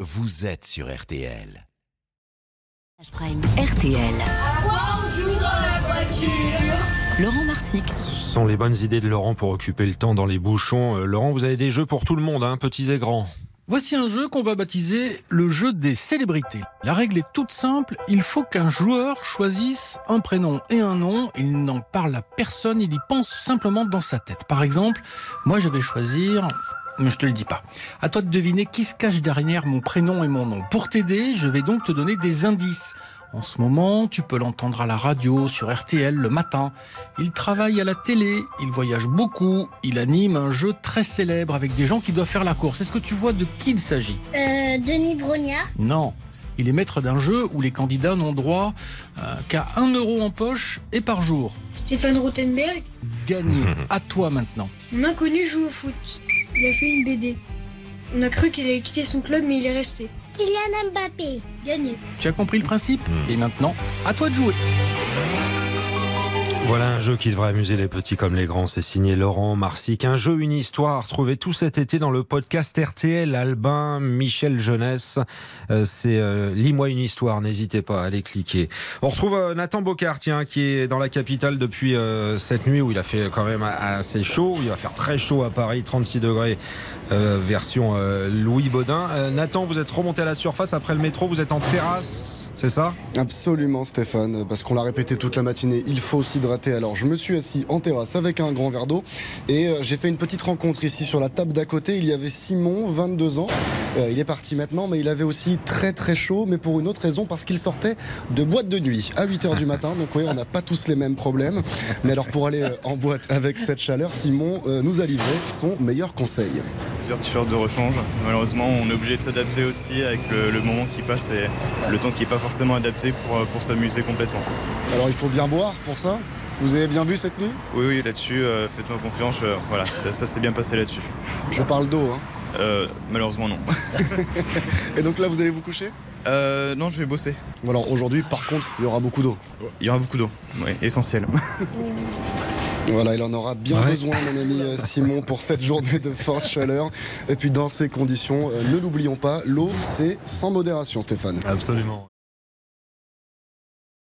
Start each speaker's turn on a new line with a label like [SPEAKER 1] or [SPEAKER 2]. [SPEAKER 1] vous êtes sur RTL.
[SPEAKER 2] Prime. RTL. Laurent Marsic.
[SPEAKER 3] Ce sont les bonnes idées de Laurent pour occuper le temps dans les bouchons. Euh, Laurent, vous avez des jeux pour tout le monde, hein, petits et grands.
[SPEAKER 4] Voici un jeu qu'on va baptiser le jeu des célébrités. La règle est toute simple, il faut qu'un joueur choisisse un prénom et un nom, il n'en parle à personne, il y pense simplement dans sa tête. Par exemple, moi je vais choisir mais je te le dis pas. À toi de deviner qui se cache derrière mon prénom et mon nom. Pour t'aider, je vais donc te donner des indices. En ce moment, tu peux l'entendre à la radio, sur RTL le matin. Il travaille à la télé, il voyage beaucoup, il anime un jeu très célèbre avec des gens qui doivent faire la course. Est-ce que tu vois de qui il s'agit
[SPEAKER 5] Euh, Denis Brognard.
[SPEAKER 4] Non. Il est maître d'un jeu où les candidats n'ont droit euh, qu'à 1 euro en poche et par jour.
[SPEAKER 6] Stéphane Rothenberg,
[SPEAKER 4] Gagné. À toi maintenant.
[SPEAKER 6] mon inconnu joue au foot. Il a fait une BD. On a cru qu'il avait quitté son club, mais il est resté.
[SPEAKER 5] Kylian Mbappé.
[SPEAKER 6] Gagné.
[SPEAKER 4] Tu as compris le principe Et maintenant, à toi de jouer.
[SPEAKER 3] Voilà un jeu qui devrait amuser les petits comme les grands. C'est signé Laurent Marsic. Un jeu, une histoire. Retrouvez tout cet été dans le podcast RTL Albin, Michel Jeunesse. Euh, c'est euh, Lis-moi une histoire. N'hésitez pas à aller cliquer. On retrouve euh, Nathan Bocard, tiens, qui est dans la capitale depuis euh, cette nuit où il a fait quand même assez chaud. Il va faire très chaud à Paris, 36 degrés, euh, version euh, Louis Baudin. Euh, Nathan, vous êtes remonté à la surface après le métro. Vous êtes en terrasse, c'est ça
[SPEAKER 7] Absolument Stéphane, parce qu'on l'a répété toute la matinée, il faut s'hydrater. Alors je me suis assis en terrasse avec un grand verre d'eau et euh, j'ai fait une petite rencontre ici sur la table d'à côté. Il y avait Simon, 22 ans. Euh, il est parti maintenant, mais il avait aussi très très chaud, mais pour une autre raison, parce qu'il sortait de boîte de nuit à 8h du matin. Donc oui, on n'a pas tous les mêmes problèmes. Mais alors pour aller euh, en boîte avec cette chaleur, Simon euh, nous a livré son meilleur conseil.
[SPEAKER 8] plusieurs t-shirts de rechange. Malheureusement, on est obligé de s'adapter aussi avec le, le moment qui passe et le temps qui n'est pas forcément adapté pour, euh, pour s'amuser complètement.
[SPEAKER 7] Alors il faut bien boire pour ça Vous avez bien bu cette nuit
[SPEAKER 8] Oui, oui, là-dessus, euh, faites-moi confiance. euh, voilà, ça, ça s'est bien passé là-dessus.
[SPEAKER 7] Je parle d'eau. hein.
[SPEAKER 8] Euh, malheureusement, non.
[SPEAKER 7] Et donc là, vous allez vous coucher
[SPEAKER 8] Euh, non, je vais bosser.
[SPEAKER 7] Bon, Alors aujourd'hui, par contre, il y aura beaucoup d'eau.
[SPEAKER 8] Il y aura beaucoup d'eau. Oui, essentiel.
[SPEAKER 7] Voilà, il en aura bien
[SPEAKER 3] Ouais.
[SPEAKER 7] besoin, mon ami euh, Simon, pour cette journée de forte chaleur. Et puis, dans ces conditions, euh, ne l'oublions pas, l'eau, c'est sans modération, Stéphane.
[SPEAKER 3] Absolument.